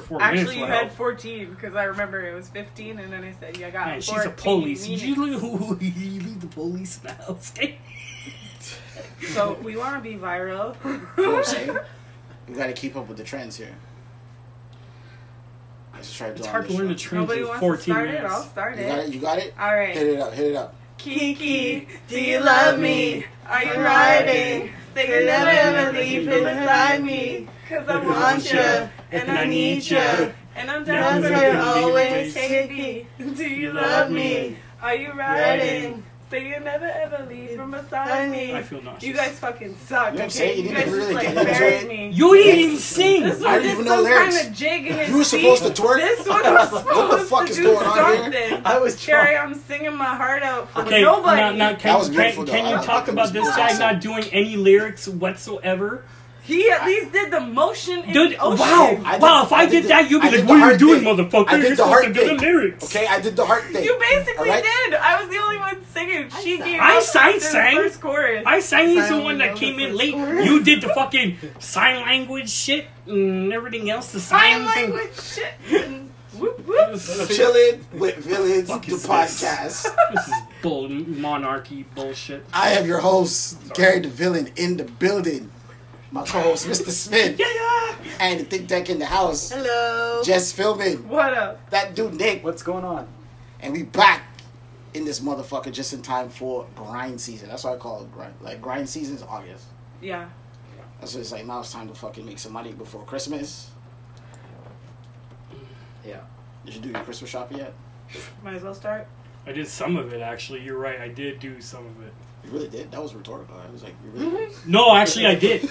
four minutes Actually, you will had help. 14 because I remember it was 15, and then I said, "Yeah, I got Man, 14." she's a police. Did you meaning- leave, you leave the police in the house? So we want to be viral. You know what I'm saying? You gotta keep up with the trends here. I just tried It's doing hard to this learn the shit. trends Nobody in wants to 14 start it. minutes. I'll start You got it? it. You got it? All Hit right, it up, hit it up. Kiki, do you love me? Are you riding? Say you'll never ever leave beside me, cause I want ya and I need ya. And I'm down for you always, Kiki. Do you love me? Are you riding? Say you'll never ever leave from beside I me. feel nauseous. You guys fucking suck. You know what I'm okay? saying? You You need guys to just really like get into buried it. me. You didn't even sing. This I one don't is even know some lyrics. kind of jig in his You were supposed to twerk? This one was supposed What the fuck to is do going on here? something. I was Cherry, I'm singing my heart out for Okay, nobody. now, now That can, was can, beautiful, can though. you I- I talk think about it this was guy awesome. not doing any lyrics whatsoever? He at least did the motion in Dude, the ocean. wow, I did- wow! If I, I did, did the- that, you'd be I did like, the "What are you hard doing, thing. motherfucker? I did You're the supposed hard to do the thing. lyrics." Okay, I did the heart thing. You basically Alright. did. I was the only one singing. She sang. gave I up sang- the sang. first chorus. I sang he's the Sign one that language came in was late. worse. You did the fucking sign language shit and everything else. The sign signs and- language shit. and Whoop whoop. Chilling with villains, the Fuck is this? podcast. This is bull monarchy bullshit. I am your host, Gary the Villain, in the building. My co-host, Mr. Smith, Yeah. and the Think Tank in the house. Hello. Just filming What up? that dude Nick, What's going on? and we back in this motherfucker just in time for grind season. That's what I call it grind. Like grind season is August. Yeah. That's what it's like. Now it's time to fucking make some money before Christmas. Yeah. Did you do your Christmas shopping yet? Might as well start. I did some of it actually. You're right. I did do some of it. You really did. That was rhetorical. I was like, you really. did? No, actually, I did.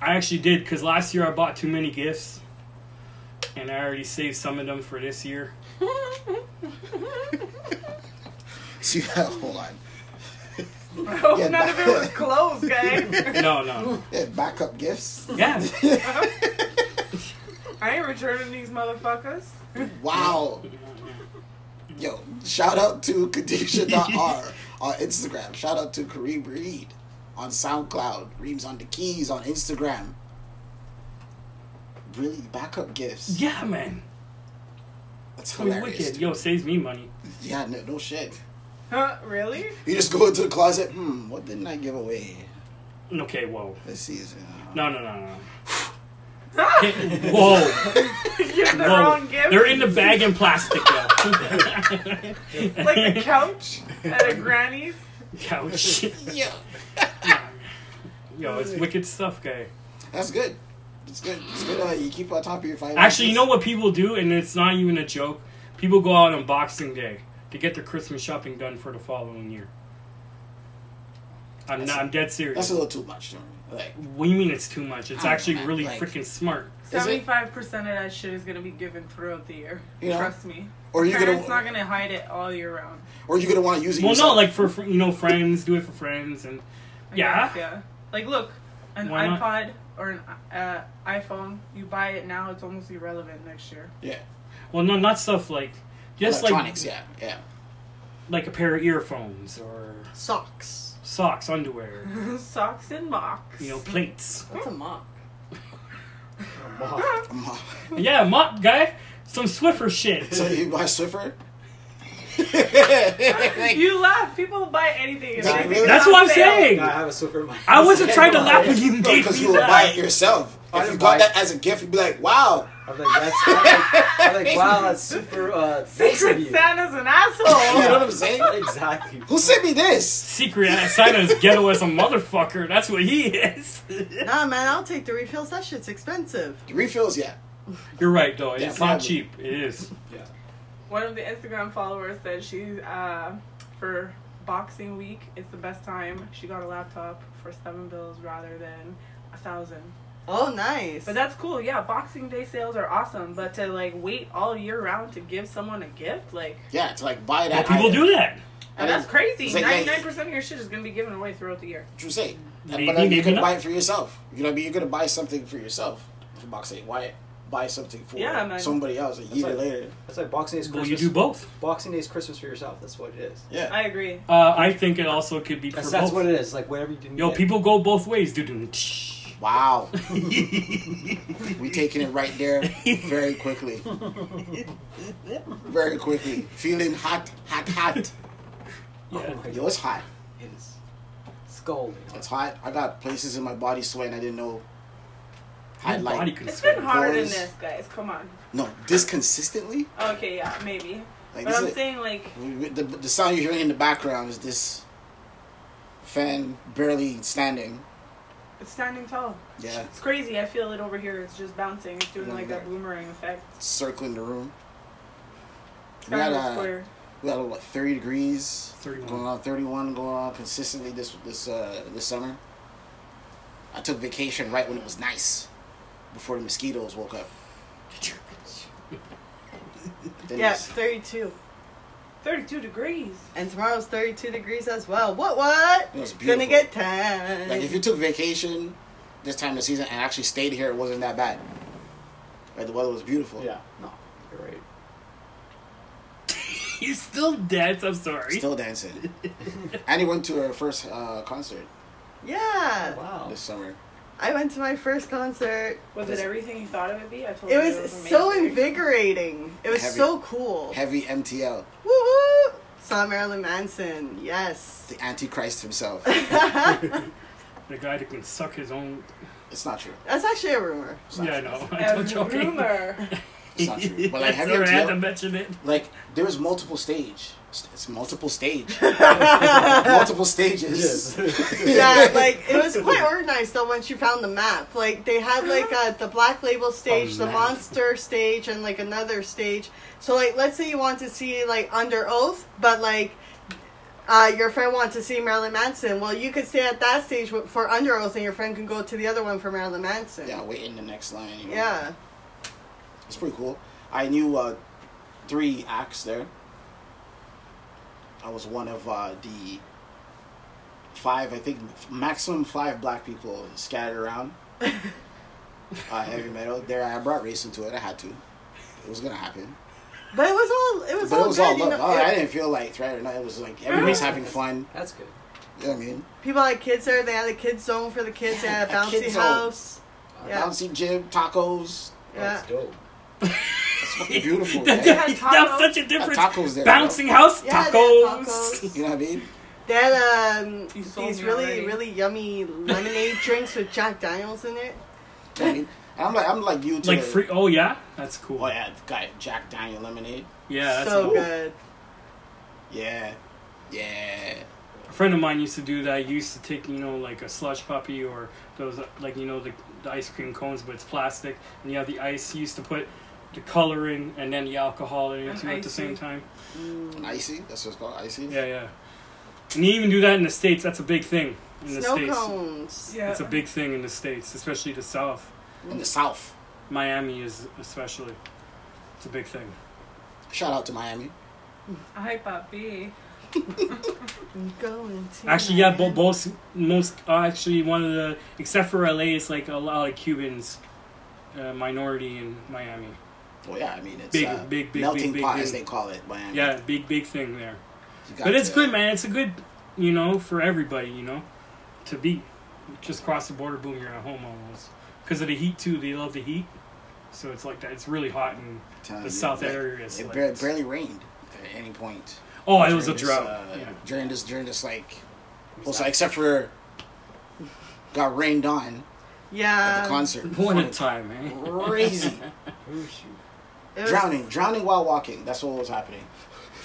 I actually did because last year I bought too many gifts, and I already saved some of them for this year. So you have, hold on. I hope Yeah, none of but- it was clothes, guys. No, no. Yeah, backup gifts. Yeah. I ain't returning these motherfuckers. Wow. Yo, shout out to Kadisha.R on Instagram. Shout out to Kareem Reed on SoundCloud. Reams on the Keys on Instagram. Really, backup gifts. Yeah, man. That's I mean, hilarious. wicked. dude. Yo, saves me money. Yeah, no, no shit. Huh? Really? You just go into the closet. Hmm, what didn't I give away Okay, whoa. this season? No, no, no, no. Okay, Whoa. You're the Whoa. wrong gift. They're in the bag in plastic though. like the couch at a granny's. couch. Yeah, Yo, it's wicked stuff, guy. that's good. It's good. It's good. Uh, you keep on top of your finances. Actually, you know what people do, and it's not even a joke. People go out on Boxing Day to get their Christmas shopping done for the following year. I'm not. I'm dead That's serious. a little too much. to me. Like, What do you mean it's too much? It's I don't actually know, really like- freaking smart. Is it- Seventy-five percent of that shit is gonna be given throughout the year. You know? Trust me. or you Parents gonna, not gonna hide it all year round. or you gonna want to use it. Well, no, yourself. like for fr- you know friends, do it for friends, and I Yeah. guess, yeah. Like, look, an Why not? iPod or an uh, iPhone. You buy it now, it's almost irrelevant next year. yeah, well, no, not stuff like just like electronics. yeah, yeah. like a pair of earphones or Socks. socks, underwear, Socks and mocks. you know, plates. That's a mock. I'm off. Yeah, mop guy, some Swiffer shit. Um, So you buy Swiffer? You laugh. People buy anything. if That's anything really- is That's on what I'm sale. saying. I have a Swiffer in my I house. wasn't trying to Yeah. laugh when you gave Because me you will buy it that. yourself. I If you didn't got buy that as a gift, you'd be like, "Wow, I'm like, that's I'm like, wow, that's super uh nice of Secret you. Santa's an you know asshole. what I'm saying? Exactly. Who sent me this?" Secret Santa is ghetto as a motherfucker. That's what he is. Nah, man, I'll take the refills. That shit's expensive. Refills, yeah. You're right, though. It's Yeah, not probably. cheap. It is. One of the Instagram followers said she's uh, for Boxing Week. It's the best time. She got a laptop for seven bills rather than a thousand. Oh, nice. But that's cool. Yeah, Boxing Day sales are awesome. But to like wait all year round to give someone a gift, like Yeah, to like buy Well, that. people item. do that. And that's then- crazy. it's like, Ninety like- nine percent of your shit is gonna be given away throughout the year. What you say? Maybe, but like, maybe you can not. buy it for yourself. You know, what I mean, you're gonna buy something for yourself. For boxing, why buy something for Yeah, man. somebody else a year like- later? That's like Boxing Day's Well, Christmas. you do both. Boxing Day's Christmas for yourself. That's what it is. Yeah, I agree. Uh, I think it also could be That's, for that's both. what it is. Like whatever you didn't Yo, get. people go both ways. Doo-doo. Tsh. Wow. We taking it right there very quickly. Very quickly. Feeling hot, hot, hot. Yeah. Oh my Yo, it's hot. It is scalding. It's hot. I got places in my body sweating I didn't know. I Your like body could It's sweat. been harder than Boys. this, guys. Come on. no this consistently. Okay, yeah, maybe. Like But this I'm is- saying like the, the sound you're hearing in the background is this fan barely standing. it's standing tall. Yeah, It's crazy. I feel it over here. It's just bouncing. It's doing like that boomerang effect. circling the room. It's We kind got of a uh, square. we got uh, what thirty degrees 31. going on, thirty one going on consistently this this uh, this summer. I took vacation right when it was nice, before the mosquitoes woke up. Then Yeah, it's- 32. 32 degrees. And tomorrow's 32 degrees as well. What, what? It was Gonna beautiful. get 10. Like if you took vacation this time of the season and actually stayed here, it wasn't that bad. Like the weather was beautiful. Yeah. No. You're right. You still dance. I'm sorry. Still dancing. and he went to her first uh, concert yeah. Wow. this summer. I went to my first concert. Was it everything you thought it would be? I told It you was, amazing. so invigorating. It was Oh, Heavy. so cool. Heavy MTL, Woo woo! Saw Marilyn Manson. Yes. the Antichrist himself. That's The guy that can suck his own. It's not true. actually a rumor. It's not Yeah, true. no, A I'm joking. rumor. It's not true. But like I heavy never had to MTL, mention it. like there was multiple stage. It's multiple stage. multiple stages. yeah, like it was quite organized though once you found the map. Like they had like uh, the black label stage, the map. monster stage, and like another stage. So like let's say you want to see like Under Oath, but like uh, your friend wants to see Marilyn Manson. Well, you could stay at that stage wi- for Under Oath, and your friend can go to the other one for Marilyn Manson. Yeah, waiting the next line. you know. Yeah. It's pretty cool. I knew uh, three acts there. I was one of uh, the five, I think, maximum five black people scattered around uh, heavy metal. There, I brought race into it. I had to. It was gonna happen, But it was all it was but all it was good. all you love. know, I, it- I didn't feel like threatened. It was like everybody's having fun. That's good. You know what I mean? people had kids there. They had a kids zone for the kids. Yeah, they a had a bouncy kids zone. house. Yeah. Bouncy gym, tacos. That's dope. It's fucking beautiful. That- man. had That's tacos. such a Got difference. tacos there. Bouncing house Yeah, they had tacos. tacos. You know what I mean? They had um, You sold these me really, already. really yummy lemonade drinks with Jack Daniels in it. You know what I mean? And I'm like, I'm like you. To Like the- free. Oh yeah, that's cool. Oh yeah, got Jack Daniel lemonade. Yeah, that's so cool. good. Yeah. Yeah. A friend of mine used to do that. He used to take, you know, like a slush puppy or those, like, you know, the, the ice cream cones, but it's plastic. And you have the ice. He used to put the coloring and then the alcohol in it And too at the same icing. time. Icy? That's what it's called? Icy? Yeah, yeah. And you even do that in the States. That's a big thing in the Snow States. cones. Yeah. That's a big thing in the States, especially the South. In the South. Miami is especially. It's a big thing. Shout out to Miami. Hi, Papi. I'm going to Actually, yeah, bo- Miami. both most uh, actually one of the except for LA, it's like a lot of Cubans, uh, minority in Miami. Well, yeah, I mean, it's Big, uh, big, big, melting big, big, pot, big. as they call it, Miami. Yeah, big big thing there. You got But it's the- good, man. It's a good, you know, for everybody, you know, to be just cross the border, boom, you're at home almost because of the heat too. They love the heat, so it's like that. It's really hot and I'm telling the you, South like, area is It like- bar- barely rained at any point. oh, it was a during this, drought. uh, yeah. During this, during this, like, also, except for got rained on at Yeah. the concert. One at a time, eh? man. Crazy. Oh shoot. It was- drowning. Drowning while walking. That's what was happening.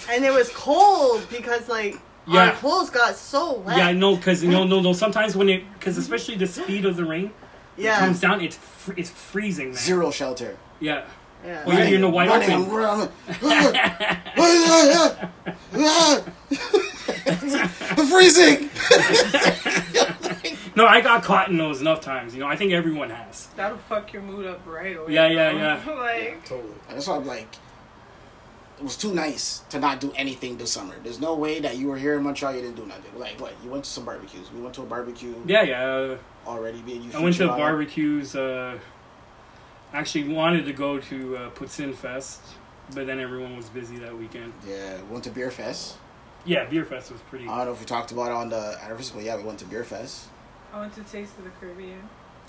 And it was cold because, like, Yeah. our clothes got so wet. Yeah, I know, cause no, no, no. Sometimes when it, cause especially the speed of the rain, Yeah. comes down, it's fr- it's freezing, man. Zero shelter. Oh, Yeah. yeah. Well, you're in the wide running, open. I'm running. I'm freezing. No, I got caught in those enough times. You know, I think everyone has. That'll fuck your mood up right away. Yeah, yeah, Oh, bro. like, Totally. That's why I'm like, it was too nice to not do anything this summer. There's no way that you were here in Montreal, you didn't do nothing. Like what? You went to some barbecues. We went to a barbecue Yeah, yeah. already. Being you I went to featured on it. barbecues. Uh, actually, wanted to go to uh, Putsin Fest, but then everyone was busy that weekend. Yeah, we went to Beer Fest. Yeah, Beer Fest was Uh, pretty. I don't know if we talked about it on the anniversary, but yeah, we went to Beer Fest. I went to Taste of the Caribbean.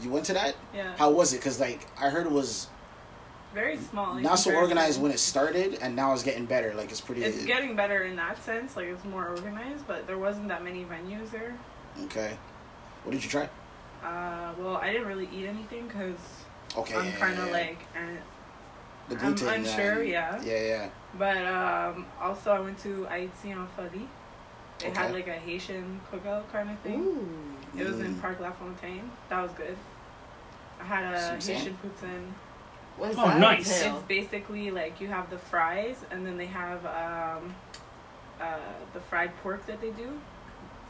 You went to that? Yeah. How was it? Because like I heard it was Very small. in not so comparison. organized when it started, and now it's getting better. Like it's pretty. It's getting better in that sense. Like it's more organized, but there wasn't that many venues there. okay. What did you try? Uh, well, I didn't really eat anything because Okay. I'm yeah, kind yeah, of yeah. like, eh. the I'm gluten. and- um, unsure, yeah. Yeah, yeah. but um, also I went to Haiti on Fadi. They Okay. had like a Haitian cookout kind of thing. Ooh. It was in Mm. Park La Fontaine. That was good. I had a Poutine? Haitian poutine. What's Oh, that nice. entail? It's basically like you have the fries, and then they have um, uh, the fried pork that they do,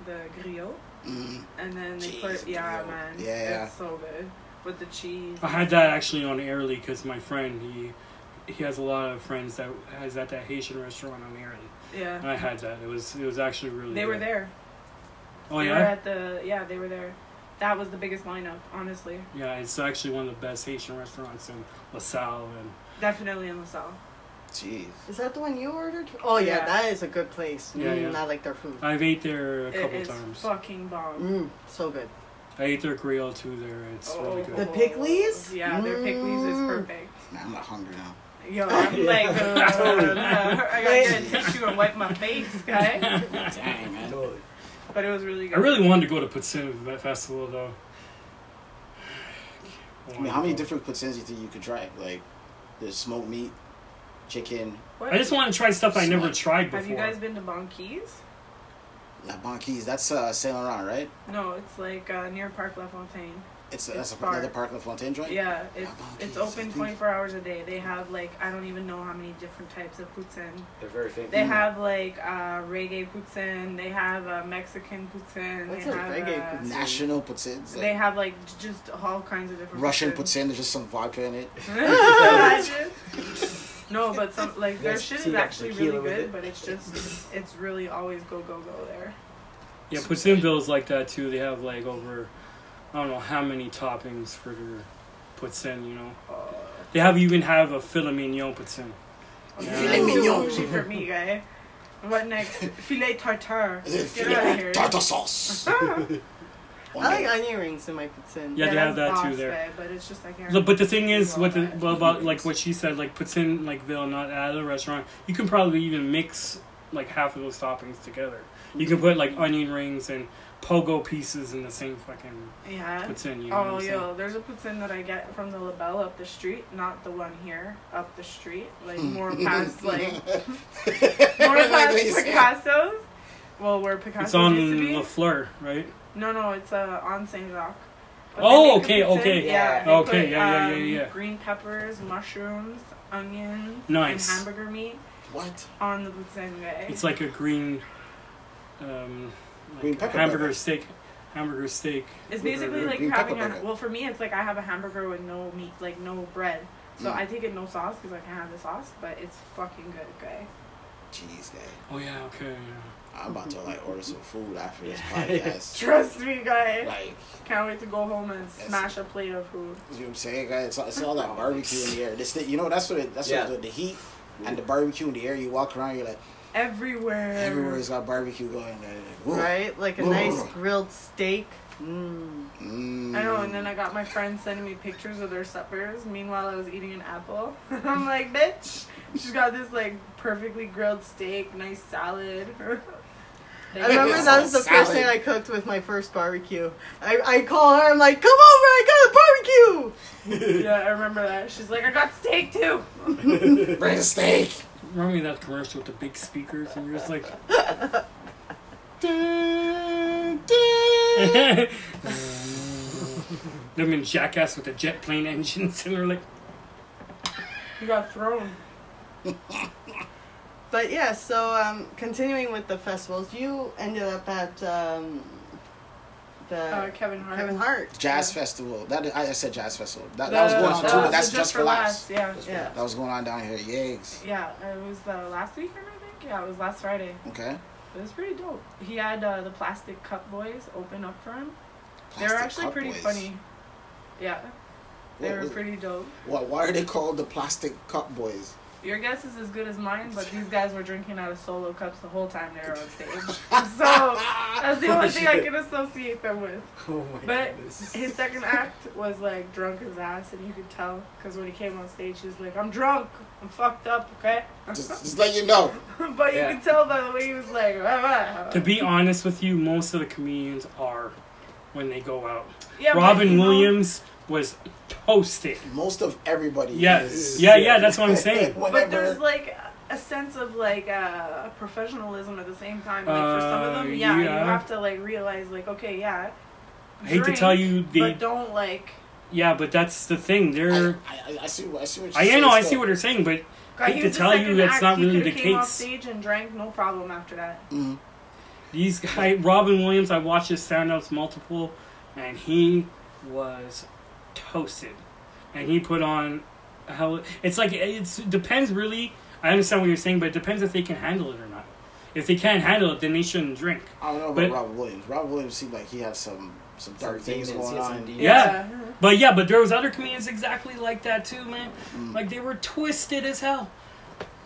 the griot, Mm. and then they Jeez, put yeah, griot. man, Yeah. it's so good with the cheese. I had that actually on Airly because my friend he he has a lot of friends that has at that Haitian restaurant on Airly. And Yeah, I had that. It was it was actually really. they were good. there. Oh they were yeah, at the yeah, they were there. That was the biggest lineup, honestly. yeah. It's actually one of the best Haitian restaurants in LaSalle and Definitely in LaSalle. Jeez. Is that the one you ordered? Oh yeah, Yeah. that is a good place. Yeah, mm, yeah. Uh, I like their food. I've ate there a It couple is times. fucking bomb. Mm, so good. I ate their grill too there. It's Oh, really The good. Pickleys? Yeah, their pickleys is Mm. perfect. Man, I'm not hungry now. Yo, I'm Yeah. like, uh, I gotta get a tissue and wipe my face, guy. Dang, man. Totally. But it was really I good. really wanted to go to Poutine Fe- Festival though. I mean, how many different poutines do you think you could try? Like, there's smoked meat, chicken, What? I just want to try stuff I never tried before. Have you guys been to Bonkeys? la banquise. That's uh, Saint Laurent, right? No, it's like uh, near Park La Fontaine. It's, that's It's a, far. another Park La Fontaine joint. Yeah, it's Bonkeys, it's I open think- 24 hours a day. They have like I don't even know how many different types of poutine. Mm. They're very famous. They have like uh, reggae poutine. They have uh, Mexican poutine. What's they a have, reggae uh, poutine? National poutines. Like, They have like j- just all kinds of different Russian poutine. poutine. There's just some vodka in it. Imagine. no, but some like their Yes, shit see is that actually tequila really with good, it. but it's just it's really always go go go there. Yeah, Poutsineville's like that too. They have like over, I don't know how many toppings for their poutine. You know, Uh, they have even have a filet mignon poutine. Filet Filet mignon. mignon for me, guy. What next? Filet tartare. Is it Get out of here. filet tartar sauce? On I like it. onion rings in my poutine. Yeah, they have that's that too boss, there. babe, but it's just like The- But the thing is, Love what the, that. well, about like what she said, like poutine, like Ville, not at a restaurant, you can probably even mix like half of those toppings together. You can put like onion rings and pogo pieces in the same fucking yeah. poutine. You know what Oh I'm saying? yo, there's a poutine that I get from the label up the street, not the one here up the street, like more past like more past Picasso's. Well, where Picasso It's on used to be. La Fleur, right? No, no, it's uh, on Saint Jacques. But Oh, they make okay, a poutine, okay. yeah. they Okay, put, yeah, yeah, yeah, um, yeah. Green peppers, mushrooms, onions, Nice. and hamburger meat What? on the poutine. guy. It's like a green, um, like Green pepper hamburger burger. steak, hamburger steak. It's with basically a- like green having pepper a. burger. Well, for me, it's like I have a hamburger with no meat, like no bread. So Mm. I take it no sauce because I can't have the sauce, but it's fucking good, guy. Jeez, guy. Oh yeah, okay. Yeah. I'm about to like order some food after this podcast. Trust me, guy. Like, Can't wait to go home and Yes. smash a plate of food. you know what I'm saying, guys? It's, all- it's all that barbecue in the air. This, thing- you know, that's what it, that's Yeah. what the, the heat and the barbecue in the air. You walk around, you're like, Everywhere. everywhere's got barbecue going. Like, ooh. Right? Like a Ooh. nice grilled steak. Mm. Mm. I know, and then I got my friends sending me pictures of their suppers. Meanwhile, I was eating an apple. I'm like, bitch, she's got this like perfectly grilled steak, nice salad. I remember It's that was so the first salad. thing I cooked with my first barbecue. I, I call her, I'm like, come over, I got a barbecue! Yeah, I remember that. She's like, I got steak too. Bring a steak. Remember me that commercial with the big speakers, and you're just like, Dun, dun. them in Jackass with the jet plane engines, and we're like, You got thrown. But yeah, so um, continuing with the festivals, you ended up at um, the Uh, Kevin Hart. Kevin Hart. Jazz festival. That I I said jazz festival. That, that was going on that too, but was that's just, for laughs. Yeah. Yeah. That was going on down here. Yeggs. Yeah, it was uh, last weekend, I think. Yeah, it was last Friday. Okay. It was pretty dope. He had uh, the Plastic Cup Boys open up for him. they were Plastic actually Cup pretty Boys. funny. Yeah, they What were was- pretty dope. What? Why are they called the plastic cup boys? Your guess is as good as mine, but these guys were drinking out of solo cups the whole time they were on stage. So that's the only thing I can associate them with. Oh my But goodness. His second act was like drunk as ass, and you could tell because when he came on stage, he was like, "I'm drunk, I'm fucked up, okay." Just, just let you know. but you Yeah. could tell by the way he was like, "Rah, rah." To be honest with you, most of the comedians are when they go out. yeah, but, you Robin know, Williams was toasted. Most of everybody. Yes. Is, Yeah, yeah, that's what I'm saying. But Whatever. there's like a sense of like uh, professionalism at the same time. Like for some of Uh, them, yeah, yeah. you have to like realize like, okay, yeah. I hate to drink, tell you the but don't like. yeah, but that's the thing. I, They're I, I see. what- I see what. You're I saying know I still. see what you're saying, but God, hate he to was the tell you second that's act. not He really could've the came off case. stage and drank, no problem after that. Mhm. these guy Robin Williams. I watched his stand-ups multiple, and he was toasted, and he put on a hell. It's like it's depends really. I understand what you're saying, but it depends if they can handle it or not. If they can't handle it, then they shouldn't drink. I don't know about But- Robert Williams. Robert Williams seemed like he had some some Some dark things demons, going he had some on. demons. Yeah. But yeah, but there was other comedians exactly like that too, man. Mm. Like they were twisted as hell.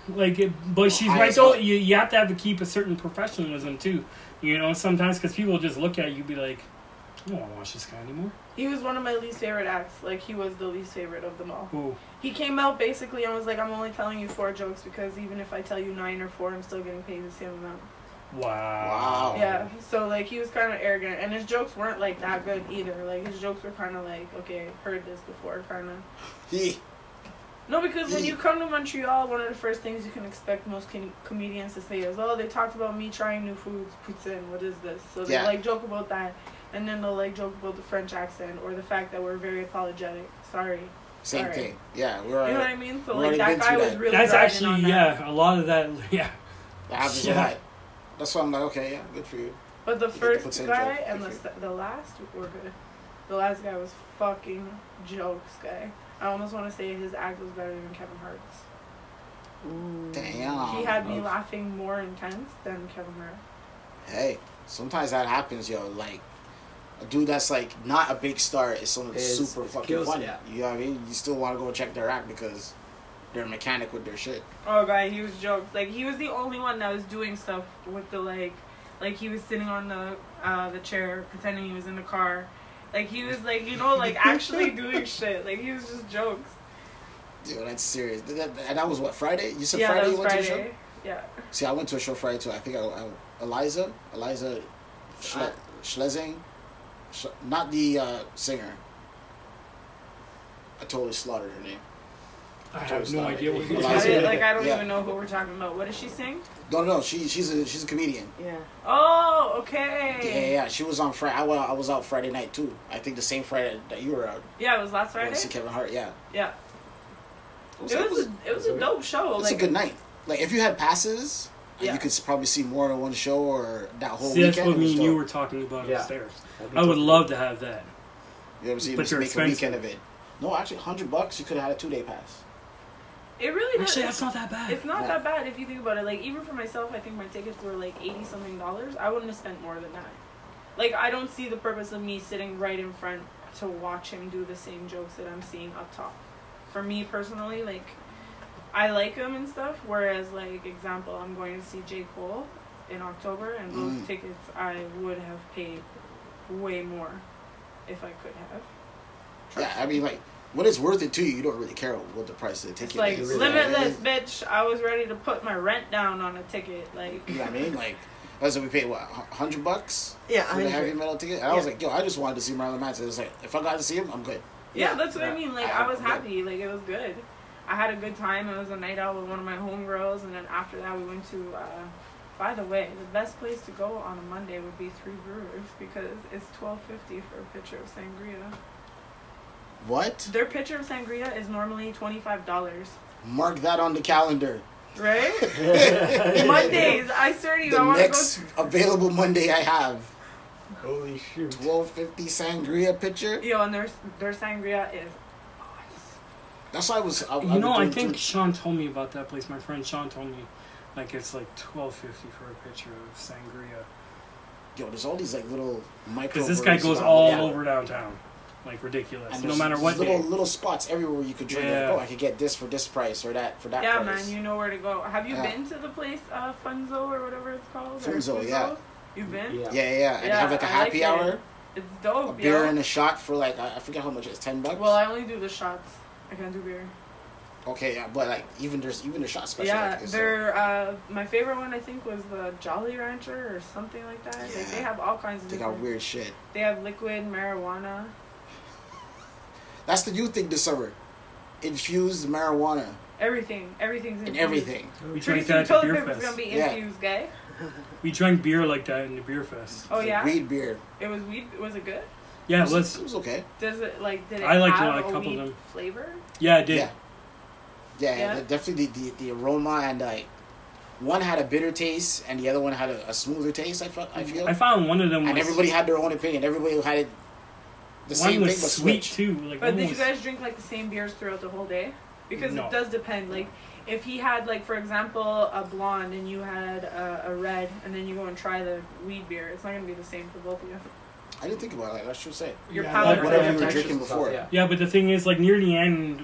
Like, it, but she's I right as though. well. You, you have to have to keep a certain professionalism too. You know, sometimes because people just look at you, be like, I don't want to watch this guy anymore. He was one of my least favorite acts. Like he was the least favorite of them all. Ooh. He came out basically and was like, "I'm only telling you four jokes because even if I tell you nine or four, I'm still getting paid the same amount." Wow. Wow. Yeah. So like he was kind of arrogant, and his jokes weren't like that good either. Like his jokes were kind of like, "Okay, heard this before," kind of. He, No, because when you come to Montreal, one of the first things you can expect most com- comedians to say is, "Oh, they talked about me trying new foods, poutine. What is this?" So they Yeah. like joke about that, and then they'll like joke about the French accent or the fact that we're very apologetic. Sorry, same Alright. thing. Yeah, we're. you know what I mean? So We're like already that been guy through was that. really That's riding actually on that. yeah. A lot of that yeah. That happens Yeah. a lot. That's why I'm like, okay, yeah, good for you. But the the first poutine guy joke. and the se- the last were good. The last guy was fucking jokes guy. I almost want to say his act was better than Kevin Hart's. Damn. he had me okay. laughing more intense than Kevin Hart. Hey, sometimes that happens, yo. Like, a dude that's like not a big star is someone that's Is- super it fucking kills funny. it. You know what I mean? You still want to go check their act because they're a mechanic with their shit. Oh god, he was jokes. Like he was the only one that was doing stuff with the like, like he was sitting on the uh, the chair pretending he was in the car. Like he was like you know like actually doing shit. Like he was just jokes. Yo, that's serious. Th- that- And that was what Friday. You said yeah, Friday that you was went to a show. Friday. Yeah. See, I went to a show Friday too. I think I, I, Eliza, Eliza Schle- I- Schlesing, Sch- not the uh, singer. I totally slaughtered her name. I have no idea what you're I Eliza- talking did- about. like I don't Yeah. even know who we're talking about. What does she sing? No, no, she she's a she's a comedian. Yeah. Oh, Yeah, yeah, okay. yeah. She was on Friday. I, wa- I was out Friday night too. I think the same Friday that you were out. Yeah, it was last Friday? Friday. see Kevin Hart. Yeah, Yeah, it was, it was a, it was a was dope show. it's Like a good night. Like if you had passes, uh, Yeah. you could s- probably see more than one show or that whole See, weekend. that's what It was me and you dope. were talking about Yeah. upstairs. I would love to have that. You know what I'm saying? but Just they're make expensive. a weekend of it. No, actually, hundred bucks. You could have had a two day pass. it really does. Actually, that's not that bad. It's not Yeah. that bad if you think about it. Like even for myself, I think my tickets were like eighty something dollars. I wouldn't have spent more than that. Like I don't see the purpose of me sitting right in front to watch him do the same jokes that I'm seeing up top. For me personally, like I like him and stuff. Whereas like example, I'm going to see J Cole in October, and those Mm. tickets I would have paid way more if I could have. Yeah, I mean, like, what is worth it to you? You don't really care what the price of the It's ticket like is. really limitless, bitch. I was ready to put my rent down on a ticket. Like You know what I mean? Like, that's what we paid. What, hundred bucks Yeah. for the heavy 100. metal ticket? And I was like, yo, I just wanted to see Marilyn Manson. It was like, if I got to see him, I'm good. Yeah, Yeah, that's what I yeah. mean. Like I- I, was yeah. happy. Like it was good. I had a good time. It was a night out with one of my homegirls, and then after that we went to. Uh, by the way, the best place to go on a Monday would be Three Brewers because it's twelve fifty for a pitcher of sangria. What? Their pitcher of sangria is normally twenty five dollars. Mark that on the calendar. Right? the Mondays, I swear to you, I want to go. next available Monday I have Holy shoot. twelve fifty sangria pitcher. Yo, and their their sangria is. That's why I was. I, You know, I think Sean told me about that place. My friend Sean told me, like it's like twelve fifty for a pitcher of sangria. yo, there's all these like little micro. Because this guy breweries goes around all there. over downtown. like ridiculous. And no there's matter these what little day. little spots everywhere you could drink. Yeah. Like, oh, I could get this for this price or that for that Yeah, price. man, you know where to go. Have you Yeah. been to the place, uh, Funzo or whatever it's called? or Funzo, yeah. You've been? Yeah. yeah, yeah, yeah. And Yeah, have like a I happy like it. hour, It's a dope, beer yeah. and a shot for like I I forget how much it's ten bucks. well, I only do the shots. I can't do beer. okay, yeah, but like even there's even a shot special. yeah, like this, so- they're uh, my favorite one I think was the Jolly Rancher or something like that. Like they Yeah. have all kinds of they different. got weird shit. They have liquid marijuana. That's the new thing this summer. Infused marijuana Everything, everything's infused. and everything. We Pretty drank soon, that at the toilet beer paper's gonna fest. be Yeah. infused, gay. We drank beer like that in the beer fest. Oh Like yeah, weed beer. it was weed. Was it good? Yeah, it, it was, it was. was okay. Does it like did it I liked it, have I a coupled weed them. flavor? Yeah, it did. Yeah, yeah, Yeah. the- definitely the, the the aroma and like one had a bitter taste and the other one had a, a smoother taste. I felt Mm. I feel. I found one of them and was everybody had their own opinion. Everybody had it. The one same was thing but sweet switched. too. Like But one did you was- guys drink like the same beers throughout the whole day? Because No. it does depend. Like if he had like for example a blonde and you had a, a red, and then you go and try the weed beer, it's not gonna be the same for both of you. I didn't think about it. Like, that's true. Say Your Yeah, palate like is whatever gonna you were affect- drinking before. Yeah. Yeah, but the thing is, like near the end,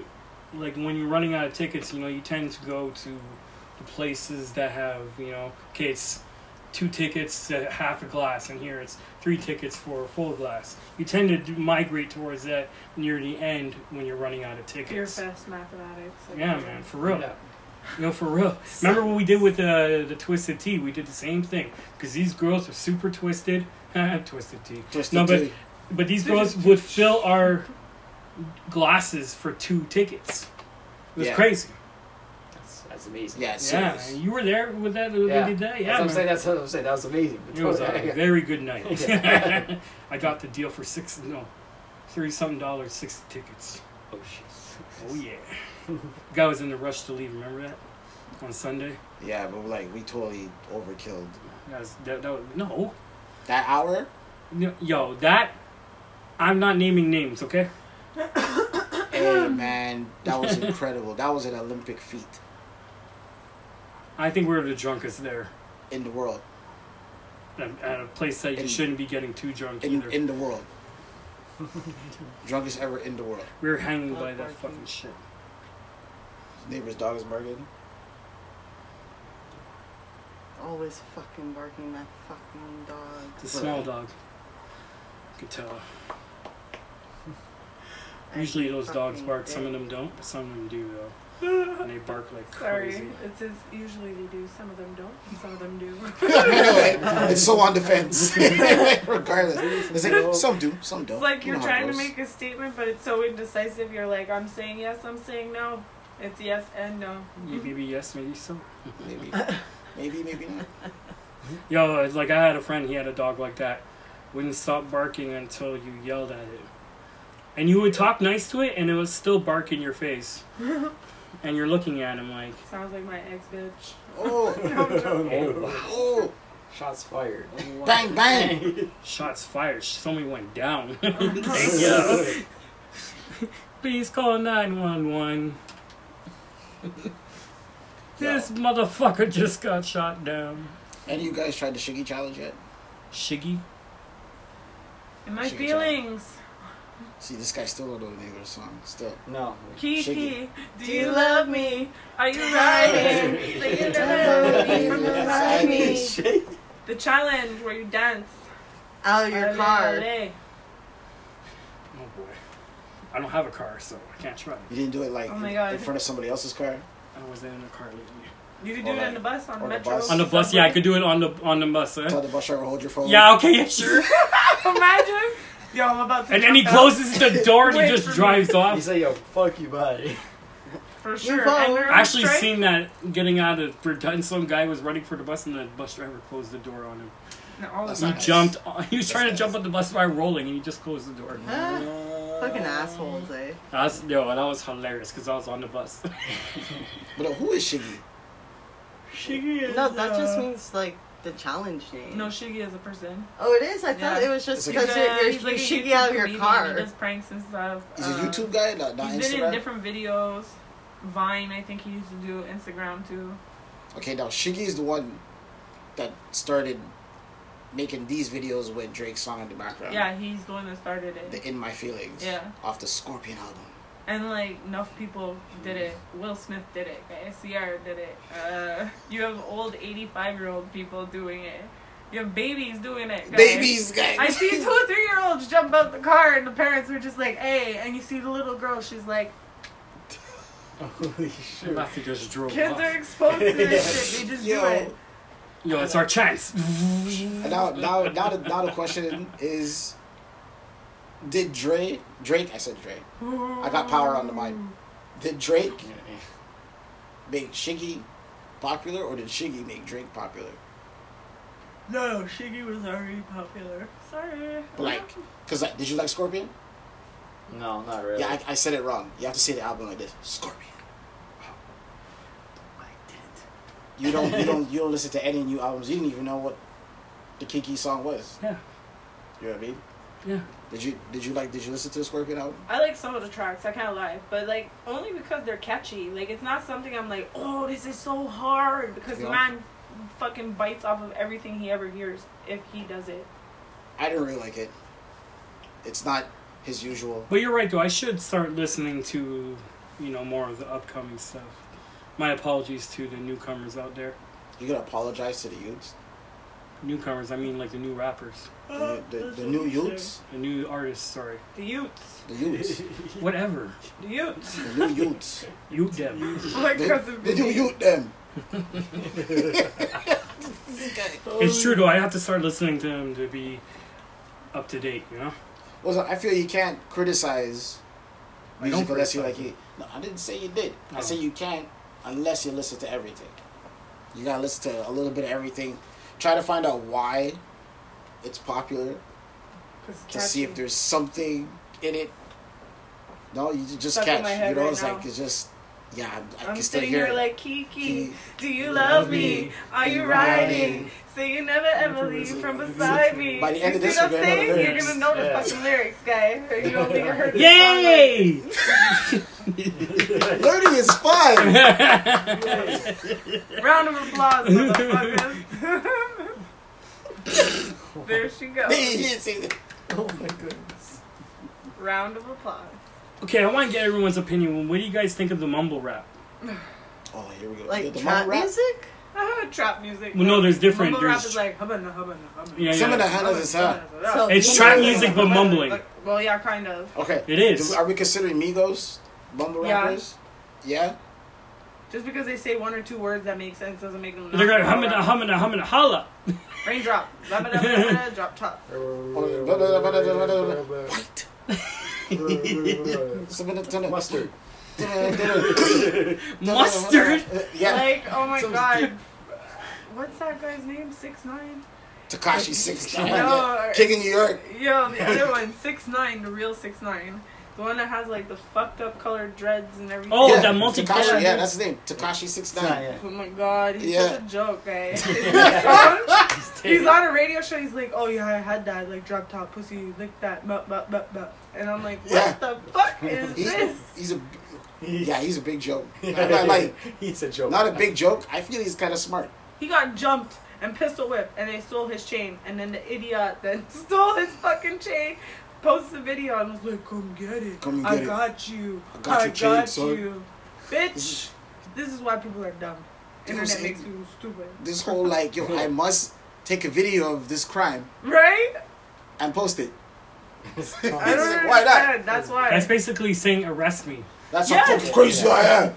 like when you're running out of tickets, you know, you tend to go to the places that have, you know, okay, it's two tickets to half a glass, and here it's three tickets for a full glass. You tend to do, migrate towards that near the end when you're running out of Beer tickets. fest mathematics. like- Yeah, man, for real. Yeah. You know, for real. Remember what we did with uh, the the twisted tea? We did the same thing because these girls are super twisted. twisted tea. Twisted No, but- tea. But these girls would fill our glasses for two tickets. It was Yeah. crazy. That's, that's amazing. Yeah, it's yeah, serious. man. you were there with that. when Yeah. They did that. That's Yeah, what I'm man. saying. That's what I'm saying. That was amazing. Oh, It was uh, a very good night. Yeah. I got the deal for six no, thirty something dollars, six tickets. oh shit. Oh yeah. the guy was in the rush to leave. Remember that on Sunday? Yeah, but like we totally overkilled That was, that, that was, no, that hour. No, yo, that I'm not naming names. Okay. Hey man, that was incredible. That was an Olympic feat I think we were the drunkest there in the world. at, at a place that you In- shouldn't be getting too drunk In either. in the world. Drunkest ever in the world. we were hanging by that Parking. fucking shit. Neighbor's dog is barking. Always fucking barking that fucking dog. The small dog. You could tell. Usually those dogs Fucking bark. Some of dick. them don't, but some of them do though. And they bark like Sorry, crazy. it's just usually they do. Some of them don't. and Some of them do. anyway, it's so on defense. Regardless, it's like some do, some don't. It's like You you're know how it trying to goes. make a statement, but it's so indecisive. You're like, I'm saying yes, I'm saying no. It's yes and no. Yeah, Maybe yes, maybe so. maybe, maybe, maybe not. Yo, it's like I had a friend. He had a dog like that. Wouldn't stop barking until you yelled at it. And you would talk nice to it, and it would still bark in your face. and you're looking at him like, Sounds like my ex bitch. Oh, oh wow. oh, Shots fired. bang, bang. "Shots fired! Somebody went down." Yeah. Please call 911. Yeah. This motherfucker just got shot down. Any of you guys tried the Shiggy challenge yet? Shiggy? And my Shiggy-chan. feelings. See, this guy still don't know the name of the song. Still, No. Kiki, Shiggy. do you love me? Are you riding? Say you love me from Beside beside me. me. The challenge where you dance. Out of your Ale, car. ale. Oh boy. I don't have a car, so I can't try. you didn't do it like Oh my in, God. in front of somebody else's car. I was in a car lately. You could do Or it like- on the bus, on the or the metro. bus. On the bus, yeah, I could do it on the on the bus, huh? Tell the bus driver hold your phone. Yeah, okay, yeah, sure. Imagine. Yo, I'm about to. And then he jump out. closes the door and he Wait just for me. drives He's off. like, yo, fuck you, buddy. For sure. phone. And you're I actually straight. seen that getting out of for done. Some guy was running for the bus and the bus driver closed the door on him. No, all That's of He them. not nice. jumped. on- He was That's trying to nice. jump on the bus by rolling and he just closed the door. Huh? Fucking assholes, eh? I was, yo, that was hilarious because I was on the bus. But uh, who is Shiggy? No, that just means like the challenge name. uh, No, Shiggy is a person. Oh, it is. I thought Yeah. it was just It's like- because He's, uh, you're, he's you're, like a you should YouTube get out of your comedian. He car. does pranks and stuff. He's Uh, a YouTube guy, not, not He's been in Instagram. different videos. Vine, I think he used to do Instagram too. Okay, now Shiggy is the one that started making these videos with Drake's song in the background. Yeah, he's the one that started it. The In My Feelings. Yeah. Off the Scorpion album. And like enough people did it. Will Smith did it. The SCR did it. Uh, you have old 85 year old people doing it. You have babies doing it. guys. Babies, guys. I see two three year olds jump out the car and the parents were just like, hey. And you see the little girl, she's like, Holy I'm shit. about to just draw kids off. are exposed to this shit. They just do Yo, it. Yo, it's our chance. and now, now, now, the, now the question is, did Drake? Drake, I said Drake. I got power on the mic. Did Drake make Shiggy popular, or did Shiggy make Drake popular? No, Shiggy was already popular. Sorry. Like, cause I, did you like Scorpion? No, not really. Yeah, I, I said it wrong. You have to say the album like this, Scorpion. You don't, you don't, you don't listen to any new albums. You didn't even know what the Kiki song was. Yeah. You know what I mean? Yeah. Did you, did you like, did you listen to the Scorpion album? I like some of the tracks, I can't lie, but like only because they're catchy. Like it's not something I'm like, oh, this is so hard because Yeah. man fucking bites off of everything he ever hears if he does it. I didn't really like it. It's not his usual. But you're right, though. I should start listening to, you know, more of the upcoming stuff. My apologies to the newcomers out there. You gotta apologize to the youths, Newcomers, I mean like the new rappers, the, the, the, new youths, the new artists. Sorry, The Utes. the youths, whatever. The Utes. the new youths, You them. My the, cousin the new Vinny. youth them. It's true though. I have to start listening to them to be up to date. You know. What's up? I feel you can't criticize I don't music unless you like criticize it. No, I didn't say you did. I Oh. say you can't unless you listen to everything. You gotta listen to a little bit of everything. Try to find out why it's popular It's to see if catchy. there's something in it. No, you ju- just Stuck in catch. my head You know, right it's like now. it's just yeah. I, I I'm can still sitting hear here it. like Kiki, Kiki, do you love me? Are you riding? Say you never ever Never leave leave from from beside me. By the end you of this, see what we're I'm gonna lyrics. saying? You're gonna know know the the Yeah. fucking lyrics, guy. Or you only heard the song, like- Yay! Learning is fun. Round of applause, motherfuckers. there she goes. Oh my goodness. Round of applause. okay, I want to get everyone's opinion. What do you guys think of the mumble rap? oh, here we go. Like The trap mumble rap. music? I heard trap music. Well, no, there's different- Mumble rap there's- is like hubbana, hubbana, hubbana. Yeah, Some of the yeah. handles is hot. So- It's trap music but mumbling. Well, yeah, kind of. Okay. It is. Do- Are we considering Migos mumble Yeah. rappers? Yeah. Just because they say one or two words that make sense doesn't make them. They're not going humming, rap. humming, humming, holla. Raindrop, Dabba, dabba, dabba, dabba, drop top. White. Mustard. Mustard. Yeah. Like, oh my So- god. What's that guy's name? Six nine. Takashi Six Nine. No, yeah. or- King of New York. Yo, the other one, six nine, the real six nine, the one that has like the fucked up colored dreads and everything. Oh, yeah. that multi- Tekashi, yeah, that's his name. Takashi Six Nah, Nine. yeah. Oh my god, he's Yeah. such a joke, eh? he's on a radio show. He's like, "Oh yeah, I had that, like drop top pussy, lick that, but but but but," and I'm like, "What Yeah. the fuck is He's, this?" he's a yeah, he's a big joke. Yeah, Not like he's a joke. not a big joke. I feel he's kind of smart. He got jumped and pistol whipped, and they stole his chain, and then the idiot then stole his fucking chain. Posted a video and was like, "Come get it, Come and I get it. got you, I got I your chain, got son." you, bitch." This is why people are dumb. You know Internet what I'm saying? makes people stupid, This whole like, yo, I must take a video of this crime right? and post it. I don't understand. Why not? That's why. That's basically saying arrest me. That's Yes. how fucking crazy I am.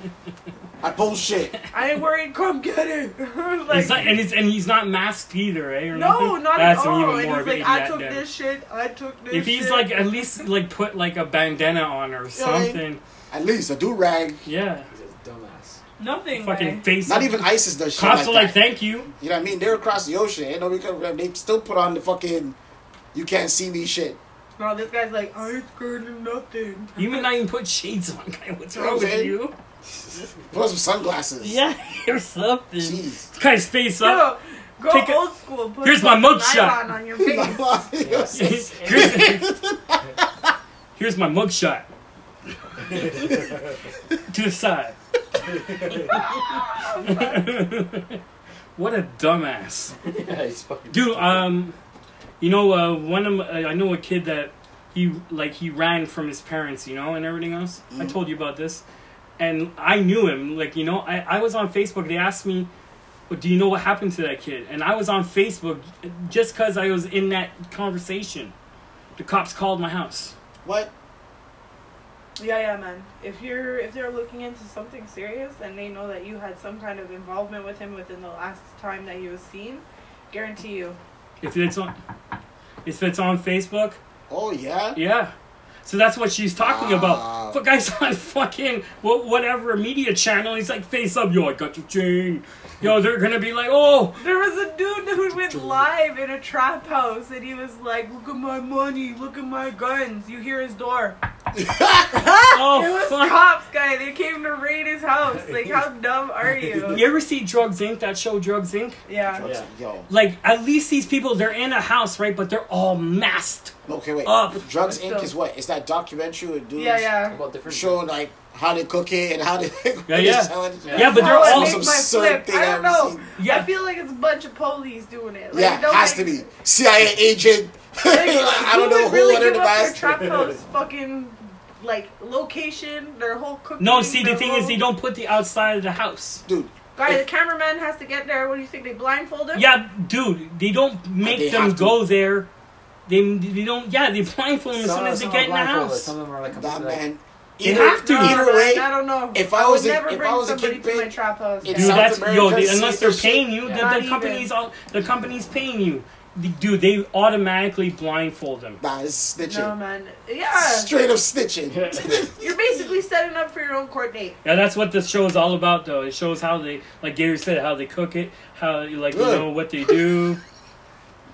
I post shit. I ain't worried. Come get it. like, It's not, and, it's, and he's not masked either, eh? Or no, nothing? not That's at all. even and more he's of an like, I idiot took then. this shit. I took this. If he's shit. like at least like put like a bandana on or something, At least a do rag. yeah, He's a dumbass. nothing, fucking way. face. Not even ISIS does shit cops like, are like, that. thank you. You know what I mean? They're across the ocean. Ain't nobody could They still put on the fucking you can't see me shit. no, this guy's like, I ain't scared of nothing. You even not even put shades on, guy. What's wrong with Okay. you? Put on some sunglasses. Yeah, or something. Jeez. Guy's face up. Yo, go Take a- old school. Put Here's my fucking mugshot. nylon on your face. here's, here's my mugshot. to the side. What a dumbass. yeah, he's fucking Dude, stupid. um, you know, uh, one of my, I know a kid that he like he ran from his parents, you know, and everything else. I Mhm. told you about this, and I knew him. Like you know, I I was on Facebook. They asked me, "Well, "Do you know what happened to that kid?" And I was on Facebook just because I was in that conversation. The cops called my house. What? Yeah, yeah, man. If you're if they're looking into something serious and they know that you had some kind of involvement with him within the last time that he was seen, guarantee you. If it's on, if it's on Facebook, Oh yeah. Yeah. So that's what she's talking Wow. about. Fuck guys on fucking wha- whatever media channel. He's like, face up, yo, I got your chain. Yo, they're gonna be like, oh, There was a dude who went live in a trap house and he was like, "Look at my money, look at my guns." You hear his door. It oh, was fuck. cops, guy. They came to raid his house. Like, how dumb are you? You ever see Drugs Inc. that show Drugs Inc. Yeah. Drugs- Yo. Like at least these people they're in a house right, but they're all masked. Okay, wait. Up. Let's Drugs go. Inc. is what? Is that documentary with dudes Yeah, yeah. about different showing like how they cook it and how they Yeah, yeah. selling it? Yeah. Yeah, but they're How I all make my absurd flip. thing I I've don't know. seen. Yeah. I feel like it's a bunch of police doing it. Like, Yeah, don't has make- to be CIA agent. Like, I don't who know would who really under give the up their mask. trap house fucking like location, their whole cooking. No, see the their thing whole- is they don't put the outside of the house. Dude, Guy, the cameraman has to get there. What do you think? They blindfold him. Yeah, dude, they don't make They them have to. go there. They, they don't. Yeah, they blindfold them as soon as they some get in are the blindfolded, house. Some of them are like that like, man. They Either, have to. Nah, Either man, way, I don't know. if I was would a- never if bring I was a somebody to my kingpin, trap house. it's Dude, South that's yo. America, They, see unless the they're shit. paying you, Not the, the even. company's all the company's paying you. The- Dude, they automatically blindfold them. nah, it's snitching. No man. Yeah, Straight up snitching. you're basically setting up for your own court date. Yeah, that's what this show is all about, though. It shows how they, like Gary said, how they cook it, how like you Good. know what they do.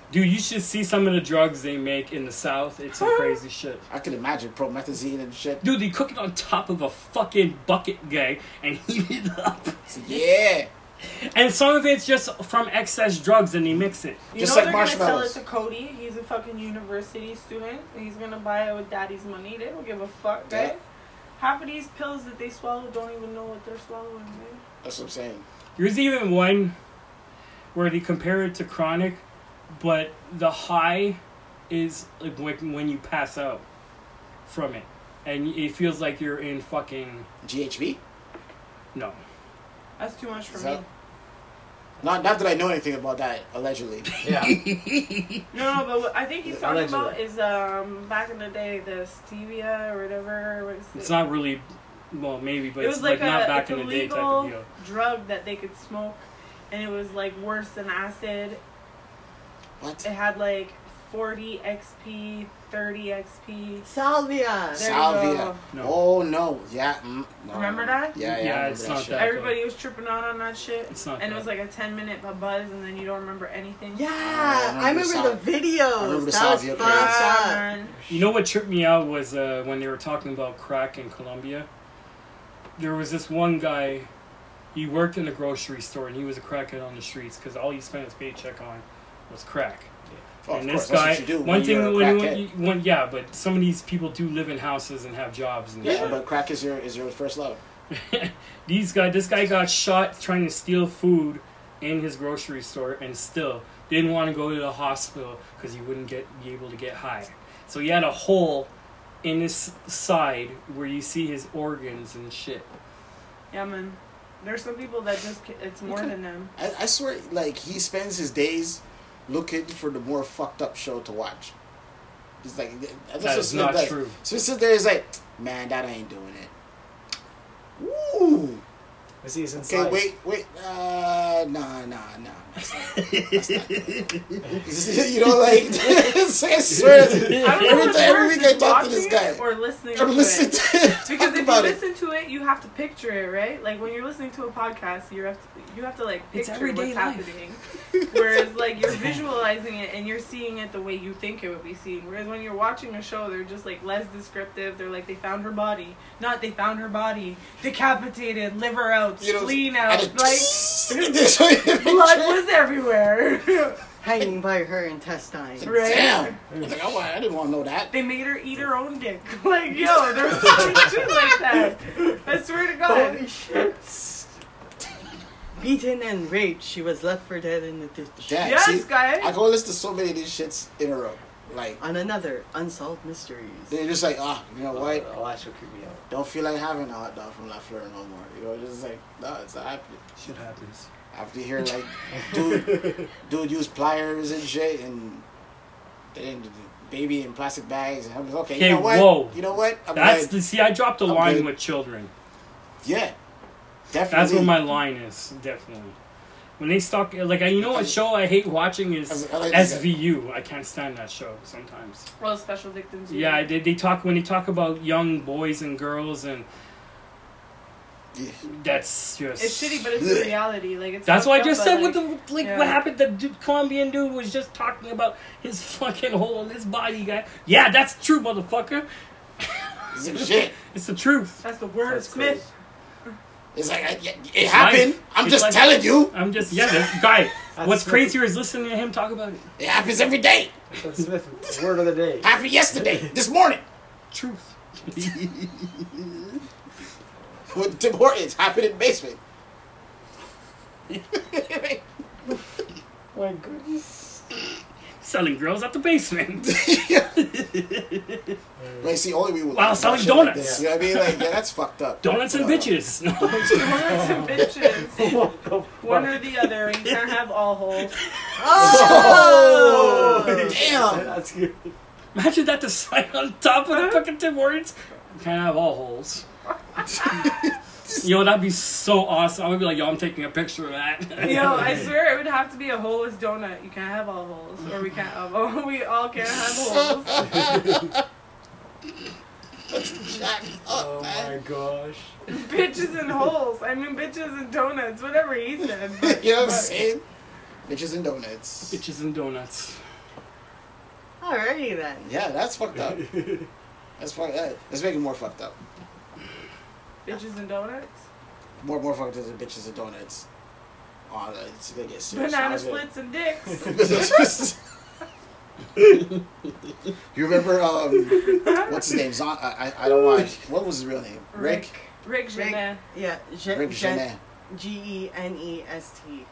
Dude, you should see some of the drugs they make in the South. It's some crazy shit. I could imagine promethazine and shit. Dude, they cook it on top of a fucking bucket, gang, and heat it up. So, yeah. And some of it's just from excess drugs, and they mix it. You Just know like they're gonna sell it marshmallows. to Cody. He's a fucking university student. and He's gonna buy it with daddy's money. They don't give a fuck, Yeah. right? Half of these pills that they swallow don't even know what they're swallowing, man. That's what I'm saying. There's even one where they compare it to chronic, but the high is like when, when you pass out from it, and it feels like you're in fucking GHB? no. That's too much for Is me. that- Not, not that I know anything about that, allegedly. yeah. No, no, but what I think he's Yeah, talking allegedly. about is um back in the day the stevia or whatever. What is It's it? not really well, maybe, but it it's was like, like, not a, back it's in a the day type legal of deal. drug that they could smoke, and it was like worse than acid. What? It had like 40 XP, 30 XP. Salvia. There you Salvia. go. No. Oh, no. Yeah. Mm, no. Remember that? Yeah, yeah. I Yeah, remember it's not shit. that. Everybody was tripping out on that shit. It's not and it was good. like a 10 minute a buzz, and then you don't remember anything. Yeah, Oh, I I remember remember Sal- the videos. I remember the that was Salvia fucked Yeah, up. man. You know what tripped me out was uh, when they were talking about crack in Colombia. There was this one guy, he worked in a grocery store and he was a crackhead on the streets because all he spent his paycheck on was crack. Oh, of and course, this that's guy, what you do. one when thing you're a when, crackhead. when, you- when yeah, but some of these people do live in houses and have jobs and Yeah, shit. but crack is your is your first love. These guy, this guy got shot trying to steal food in his grocery store, and still didn't want to go to the hospital because he wouldn't get be able to get high. So he had a hole in his side where you see his organs and shit. Yeah, man. There's some people that just, ca- it's more than them. I, I swear, like he spends his days looking for the more fucked up show to watch. It's like th- that's That what is Smith not does. true. So he sits there, he's like, "Man, that ain't doing it." Ooh. Let's see, it's Okay, inside. wait, wait. Uh, nah, nah, nah. That's not- that's not good. you know, like I swear, I don't know every, if time- every worse week is I talk to this watching guy. it Or listening Or to listen it. to him Because talk if you about it. listen to it, you have to picture it, right? Like when you're listening to a podcast, you have to you have to like It's picture everyday what's happening. Whereas like you're visualizing it and you're seeing it the way you think it would be seen. Whereas when you're watching a show, they're just like less descriptive. They're like they found her body, not they found her body, decapitated, liver out, You know, spleen And out, it- like That's what you blood picture. was everywhere. Hiding by her intestine. Right? Damn. I was like, oh, I didn't want to know that. They made her eat her own dick. Like yo, there was so much shit like that. I swear to God. Holy shit. beaten and raped, she was left for dead in the ditch. Damn, Yes, see, guys. I go listen to so many of these shits in a row. Like On another Unsolved Mysteries. they're just like, ah, you know what? Oh, that should creep me out. Don't feel like having a hot dog from La Fleur no more. You know, just like, no, it's not happening. Shit happens. After you hear like, dude, dude used pliers and shit, and then the baby in plastic bags, and I'm like, okay, Okay, you know what? whoa. You know what? I'm That's glad- the see. I dropped a I'm line good. with children. yeah, definitely. That's where my line is definitely. When they stalk, like I, you know what show I hate watching is I like this guy. SVU. I can't stand that show sometimes. Well, special victims. Yeah, they, they talk when they talk about young boys and girls, and Yeah. that's just It's shitty, but it's the reality. Like it's. That's what I fucked just up, said. but, What the like? yeah. What happened? The dude, Colombian dude was just talking about his fucking hole in his body, guy. Yeah, that's true, motherfucker. It's like, shit. It's the truth. That's the word, That's Smith. crazy. It's like I, it happened. life. I'm It's just like- telling you, I'm just yeah, that, guy. That's what's true. crazier is listening to him talk about it. it happens every day. That's Smith. Word of the day. Happened yesterday, this morning. Truth. With Tim Hortons, happened in the basement. My goodness. Selling girls at the basement. Like, see, only we would. Wow, laugh about selling shit like donuts. this, you know what I mean? Like, yeah, that's fucked up. Donuts and No, no. bitches. Donuts and bitches. What the One fuck? or the other, and you can't have all holes. Oh! Damn. That's good. Oh, Imagine that the sign on top of the fucking Tim Hortons. Can't have all holes. Yo, that'd be so awesome. I would be like, yo, I'm taking a picture of that. Yo, I swear it would have to be a holeless donut. You can't have all holes, or we can't. Have, oh, we all can't have holes. Shut Oh up, my man. gosh. bitches and holes. I mean, bitches and donuts. Whatever he said. but- You know what I'm but- saying? Bitches and donuts. Bitches and donuts. Alrighty then. Yeah, that's fucked up. That's fucked up. Let's make it more fucked up. Bitches and donuts. More, more fucked up than bitches and donuts. Oh, it's gonna get serious. Banana Sounds good. splits and dicks. you remember um, what's his name? Zon- I, I I don't want. What was his real name? Rick. Rick Janet. Yeah, Gen- Rick Gen- Janet, E G-E-N-E-S-T.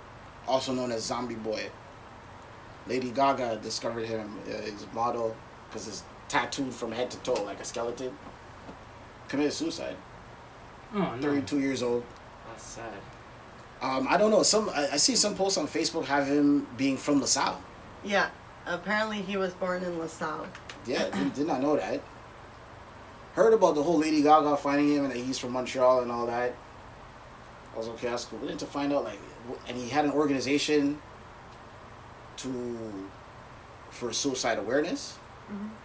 also known as Zombie Boy. Lady Gaga discovered him. Uh, he's a model because he's tattooed from head to toe like a skeleton. Committed suicide. Oh, no. Thirty-two years old. That's sad. Um, I don't know. Some I, I see some posts on Facebook have him being from LaSalle. Yeah, apparently he was born in LaSalle. Yeah, did, did not know that. Heard about the whole Lady Gaga finding him and that he's from Montreal and all that. I was okay, that's cool. But then to find out, like, wh- and he had an organization to for suicide awareness.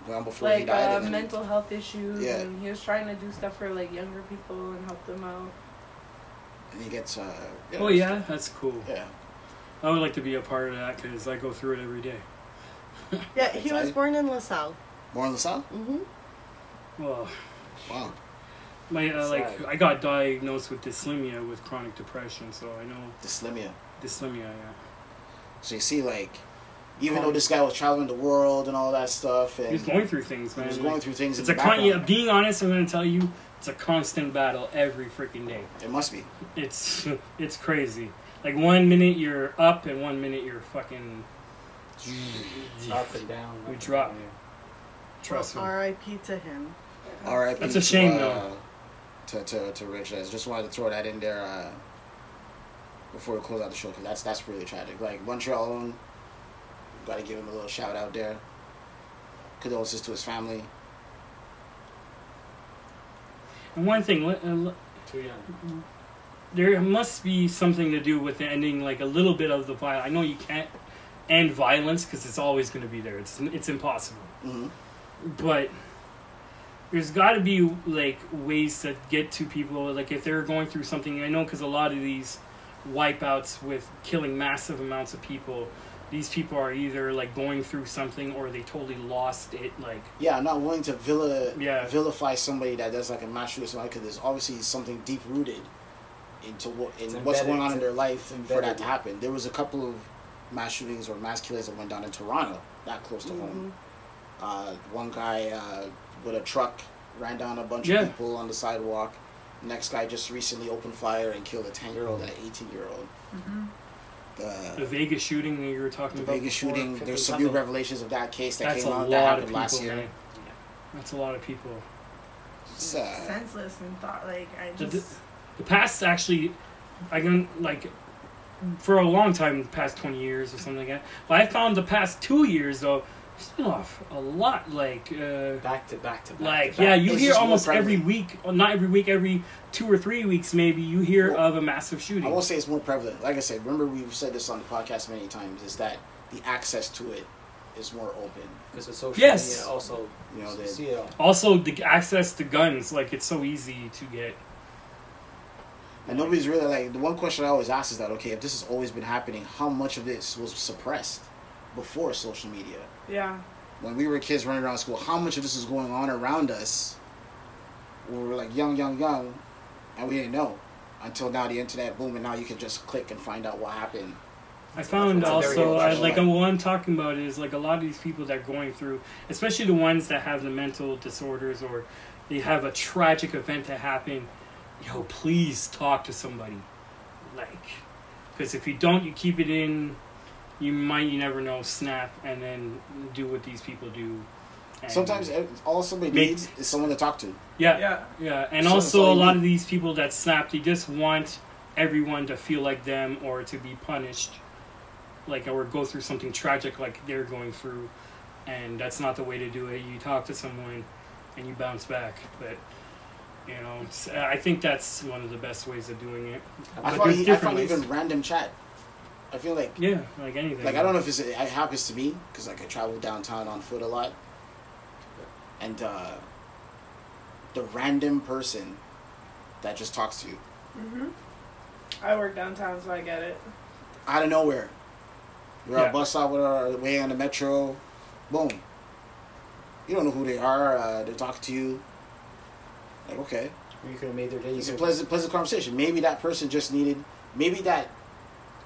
Well, before he Like died, uh, and then- mental health issues, Yeah. and he was trying to do stuff for like younger people and help them out. and he gets. Uh, Oh, yeah, that's cool. Yeah, I would like to be a part of that because I go through it every day. Yeah, he was born in LaSalle. born in LaSalle. Mm-hmm. Well, Wow. my, uh, like, Sad. I got diagnosed with dyslemia with chronic depression, so I know Dyslemia. dyslemia, yeah. So you see, like, even though this guy was traveling the world and all that stuff, and He was going through things, he man. was like- going through things. It's a in the con- yeah, background. being honest, I'm going to tell you, it's a constant battle every freaking day. It must be. It's it's crazy. Like one minute you're up and one minute you're fucking. Up and down. up We and drop. down, Trust me. R.I.P. to him. R.I.P. That's to, a shame, uh, though. To, to, to Rich. I just wanted to throw that in there uh, before we close out the show because that's that's really tragic. Like Montreal, own, got to give him a little shout out there. Condolences to his family. And one thing, let- uh, let- yeah. Too young. there must be something to do with the ending, like a little bit of the violence. I know you can't end violence because it's always going to be there. It's it's impossible. hmm but there's got to be like ways to get to people like if they're going through something i know because a lot of these wipeouts with killing massive amounts of people these people are either like going through something or they totally lost it like Yeah, I'm not willing to villa, Yeah. vilify somebody that does like a mass shooting somebody because there's obviously something deep rooted into what in It's what's embedded, going on in it's- their life it's for that embedded. to happen. There was a couple of mass shootings or mass killings that went down in Toronto, that close to home. Mm-hmm. uh, one guy uh, with a truck ran down a bunch Yeah. of people on the sidewalk. Next guy just recently opened fire and killed a 10 year old and an 18 year old. Mm-hmm. The The, Vegas shooting that you were talking Uh, the about. Vegas before. shooting, Fifty there's some new something. revelations of that case that That's a came out lot that of happened people. last year. man. That's a lot of people. It's, uh, senseless and thought like I The- just The past actually, I can like, for a long time, the past twenty years or something like that. But I found the past two years though, still off a lot. Like, uh, Back to back to back. like to back. yeah, you It's hear just more almost prevalent. every week. well, Not every week, every two or three weeks maybe. You hear Well, of a massive shooting. I won't say it's more prevalent. Like I said, remember we've said this on the podcast many times is that the access to it is more open. Because the social Yes. media also You know, see the, it all. Also, the access to guns, like it's so easy to get. and nobody's really like the one question I always ask is that okay, if this has always been happening, how much of this was suppressed before social media? yeah. When we were kids running around school, how much of this was going on around us when we were like young, young, young, and we didn't know until now the internet boom and now you can just click and find out what happened. I found That's a very also, good I, question. like, what I'm talking about is like a lot of these people that are going through, especially the ones that have the mental disorders or they have a tragic event that happened. Yo, please talk to somebody, like, because if you don't, you keep it in. You might, you never know, snap and then do what these people do. And Sometimes eh, all somebody Make- needs is someone to talk to. yeah, Yeah. Yeah, and So- also so a lot you- of these people that snap, they just want everyone to feel like them or to be punished, like or go through something tragic like they're going through, and that's not the way to do it. You talk to someone, and you bounce back, but. You know, it's- I think that's one of the best ways of doing it. But I there's find, I different find ways. even random chat. I feel like Yeah, like anything. like I don't know if it's, it happens to me because like I travel downtown on foot a lot, and uh, the random person that just talks to you hmm I work downtown, so I get it. out of nowhere, we're on Yeah. a bus stop, we're on our way on the metro, boom. You don't know who they are. Uh, they're talking to you. Like okay, You could have made their day. You it's a could've- pleasant pleasant conversation. Maybe that person just needed. Maybe that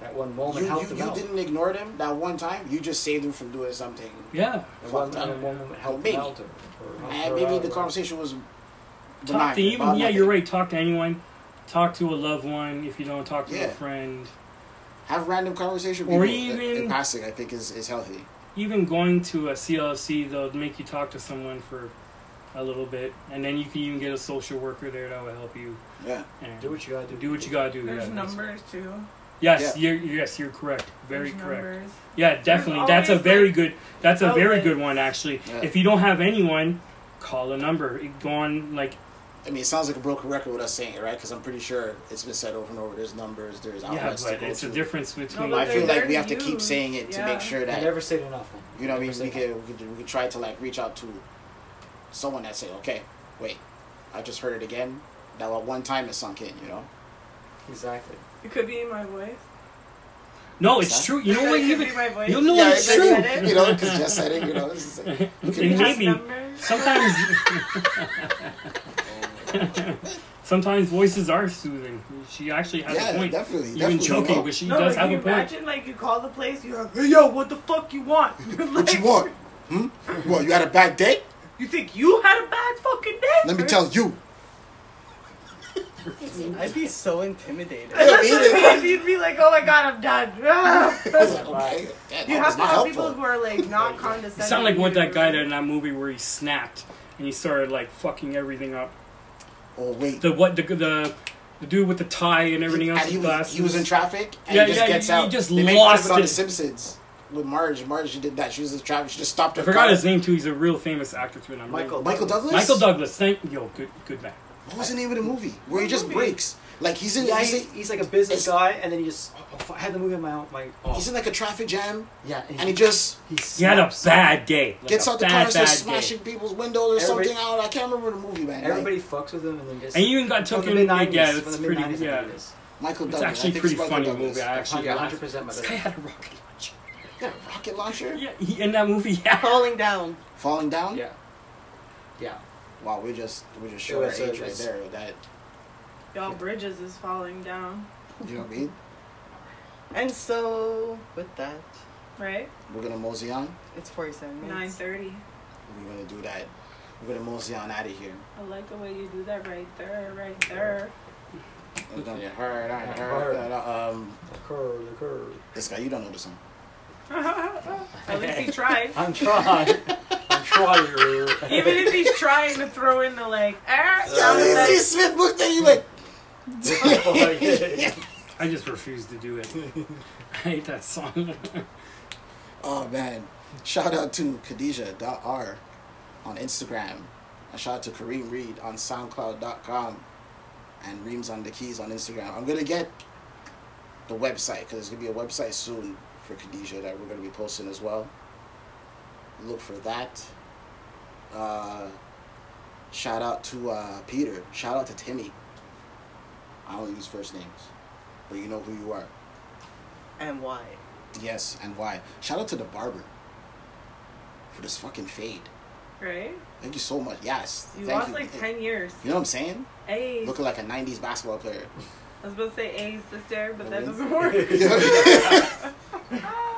That one you, moment you, helped them you out. didn't ignore them that one time. You just saved them from doing something. Yeah, That one, fucked up. that one moment helped Maybe. them out. Or, or And maybe the conversation was. talk benign, to even. about Yeah, you're nothing. right. Talk to anyone. Talk to a loved one if you don't talk to Yeah. a friend. Have random conversation with Or people in- in even- passing. I think is, is healthy. even going to a CLC, they'll make you talk to someone for a little bit, and then you can even get a social worker there that will help you. Yeah, And Do what you gotta do. do what you gotta do. There's yeah. numbers too. Yes, you're yes, you're correct. Very There's correct. Numbers. Yeah, definitely. There's That's a always, very like, good. That's a very outlets. good one actually. Yeah. If you don't have anyone, call a number. It- Go on like I mean, it sounds like a broken record with us saying it, right? Because I'm pretty sure it's been said over and over. There's numbers. There's Oh, yeah, outlets to but go it's to. a difference between. but I feel They're like there we to have to keep use, saying it to yeah. make sure I that never said enough. man. you know. what I mean, Never we said could we could we could try to like reach out to someone that say, okay, wait, I just heard it again. That one- one time it sunk in, you know. enough. Exactly. It could be my voice. No, it's Huh? true. You know It what? could Even be my voice. you know Yeah, it's it's true. like- You know, because just said it. You know, it's just like- you It could may There's just, be. numbers. Sometimes, Oh, sometimes voices are soothing. She actually has yeah, a point. definitely. Even definitely, Oh. joking, no. but she no, does like, have you a point. imagine like you call the place. You're like, hey, yo, what the fuck you want? What you want? Hmm? What you had a bad day? You think you had a bad fucking day? Let me tell you. I'd be so intimidated. That's what Yeah, me I mean. You'd be like, oh my god, I'm done. Ah. Okay, that you was have to have not Oh, helpful. people who are like not condescending. You sound like what that guy did that in that movie where he snapped and he started like fucking everything up. Oh wait. The what the the, the dude with the tie and everything else. and he with was, glasses. he was in traffic and Yeah, he just yeah, gets he out. just they make lost fun of it on it. The Simpsons with Marge. Marge she did that. She was in traffic. She just stopped I her forgot car. his name too. He's a real famous actor too. And I'm Michael. Michael Douglas. Michael Douglas. Thank yo, good good man. What was the name of the movie where he What just movie? breaks? Like he's in Yeah, he's, he's, in, he's like a business it's- guy, and then he just. Oh, oh, fuck, I had the movie on my own. My, oh. he's in like a traffic jam yeah, and he just he, He had a snaps. bad day. Like gets a out the bad, car and starts bad smashing Day. people's windows or Everybody- something. out. I can't remember the movie, man. Like, Everybody fucks with him, and then just. And you even got took From in. the mid-nineties, Yeah, from it's the pretty. mid-nineties, I Yeah, think it is. Michael it's Douglas. I actually think pretty it's Michael funny Douglas. movie. I actually Yeah, laughed. 100% my This bad. guy had a rocket launcher. Yeah, rocket launcher Yeah, he, in that movie. Yeah. Falling down. falling down. Yeah. Yeah. Wow, we just we just showed our was a- age right it's- there. with That Y'all bridges is falling down, you know what I mean? And so, with that, right? We're gonna mosey on. it's 47 minutes. Nine thirty. We're gonna do that We're gonna mosey on out of here. I like the way you do that right there, right there. It's gonna get hard, hard, hard, Hard. uh, Um, The curve, the curve. this guy, you don't know this one. At least he tried. I'm trying. I'm trying. Even if he's trying to throw in the like, ah, sound See effect. Smith looked at you like. Oh I just refuse to do it. I hate that song. Oh man! Shout out to Khadija.r on Instagram. And shout out to Kareem Reed on SoundCloud.com and Reams on the Keys on Instagram. I'm gonna get the website because there's gonna be a website soon for Khadija that we're gonna be posting as well. Look for that. Uh, shout out to uh, Peter. Shout out to Timmy. I don't use first names, but you know who you are. And why? Yes, and why? Shout out to the barber for this fucking fade. Right? Thank you so much. Yes, You thank lost like 10 years. You know what I'm saying? A's. Looking like a '90s basketball player. I was about to say A's sister, but that A's. doesn't work. yeah, Ah.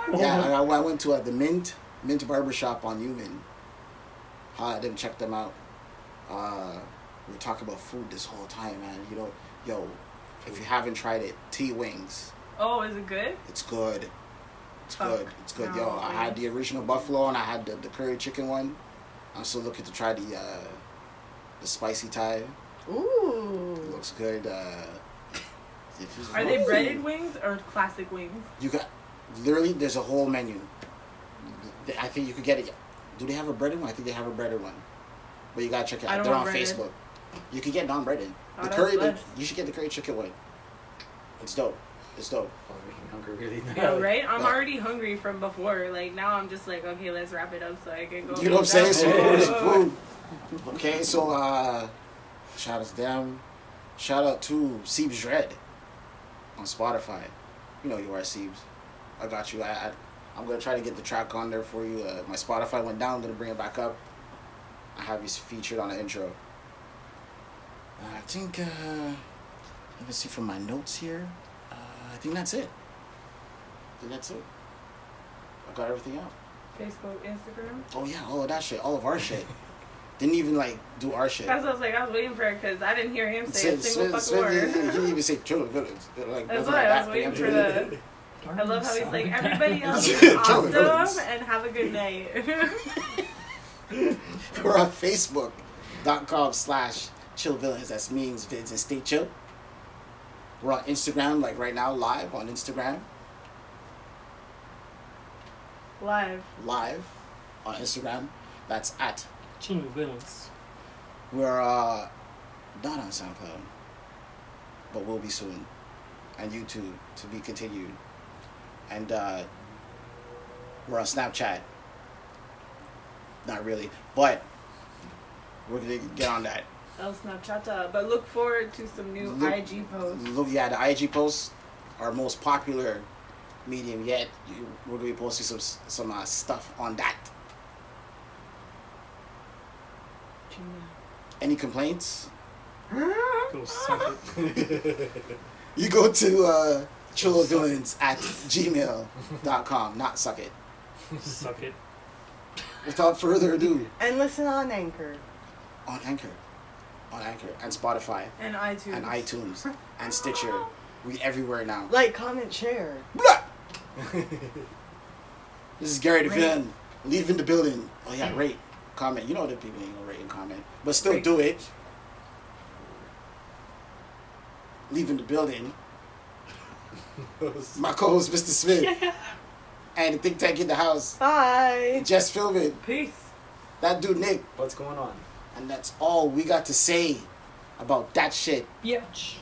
I, I went to uh, the Mint Mint Barber Shop on Newman. Holla at them, check them out. Uh, we were talking about food this whole time, man. You know, yo, if you haven't tried it, T wings. Oh, is it good? It's good. It's Fuck. good. It's good, No, yo. I had the original buffalo and I had the, the curry chicken one. I'm still looking to try the uh, the spicy Thai. It Ooh. looks good. Uh, it's just- Are they breaded wings or classic wings? You got literally. There's a whole menu. I think you could get it. Do they have a breaded one? I think they have a breaded one. But you gotta check it I out. don't They're on want breaded. Facebook. You could get non breaded. Oh, The that's curry. The, blessed. you should get the curry chicken one. It's dope. It's dope. hungry really now. Yeah, right? I'm Yeah. already hungry from before. Like, now I'm just like, okay, let's wrap it up so I can go. You know what I'm saying? eat So that. Oh. food is food. Okay, so uh, shout out to them. Shout out to Siebes Red on Spotify. You know you are Siebes. I got you. I, I I'm gonna try to get the track on there for you. Uh, my Spotify went down. I'm gonna bring it back up. I have you featured on the intro. Uh, I think. Uh, let me see from my notes here. Uh, I think that's it. I think that's it. I got everything out. Facebook, Instagram. Oh yeah, all of that shit, all of our shit. Didn't even like do our shit. That's what I was like, I was waiting for it because I didn't hear him say a Smith- single Smith- fucking Smith- he, he word. didn't even say children. Like, That's nothing why like I was that. waiting for Yeah. the. I love how he's like, everybody else Yeah, is tell me, tell us. awesome and have a good night. We're on Facebook.com slash chill villains. That's means vids and stay chill. We're on Instagram, like right now, live on Instagram. Live. Live on Instagram. That's at. Jimmy Willis. We're uh, not on SoundCloud, but we'll be soon. And YouTube to be continued. And uh, we're on Snapchat. Not really, but we're gonna get on that. El Snapchata. But look forward to some new Look- IG posts. Look, yeah, the IG posts, our most popular medium yet. You- We're gonna be posting some some uh, stuff on that. Any complaints? "Oh, Go suck it. You go to uh, chillvillains at gmail.com, not suck it. Suck it. Without further ado, And listen on Anchor. on Anchor, on Anchor, and Spotify, And iTunes. and iTunes, and Stitcher. We everywhere now. Like, comment, share. Blah! This is Gary DeVin, leaving the building. Oh, yeah, rate, comment. You know that people ain't gonna rate and comment, but still Rate. do it. Leaving the building. My co host, Mr. Smith, and the think tank in the house, Bye. Jess Philbin, Peace. that dude Nick, What's going on? and that's all we got to say about that shit. Bitch.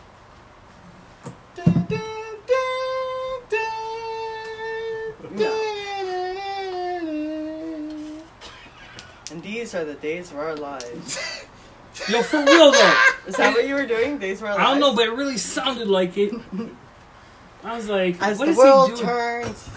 And these are the days of our lives. Yo, for real though. Is that what you were doing? Days of our I lives? don't know, but it really sounded like it. I was like, As what the is world he doing? turns.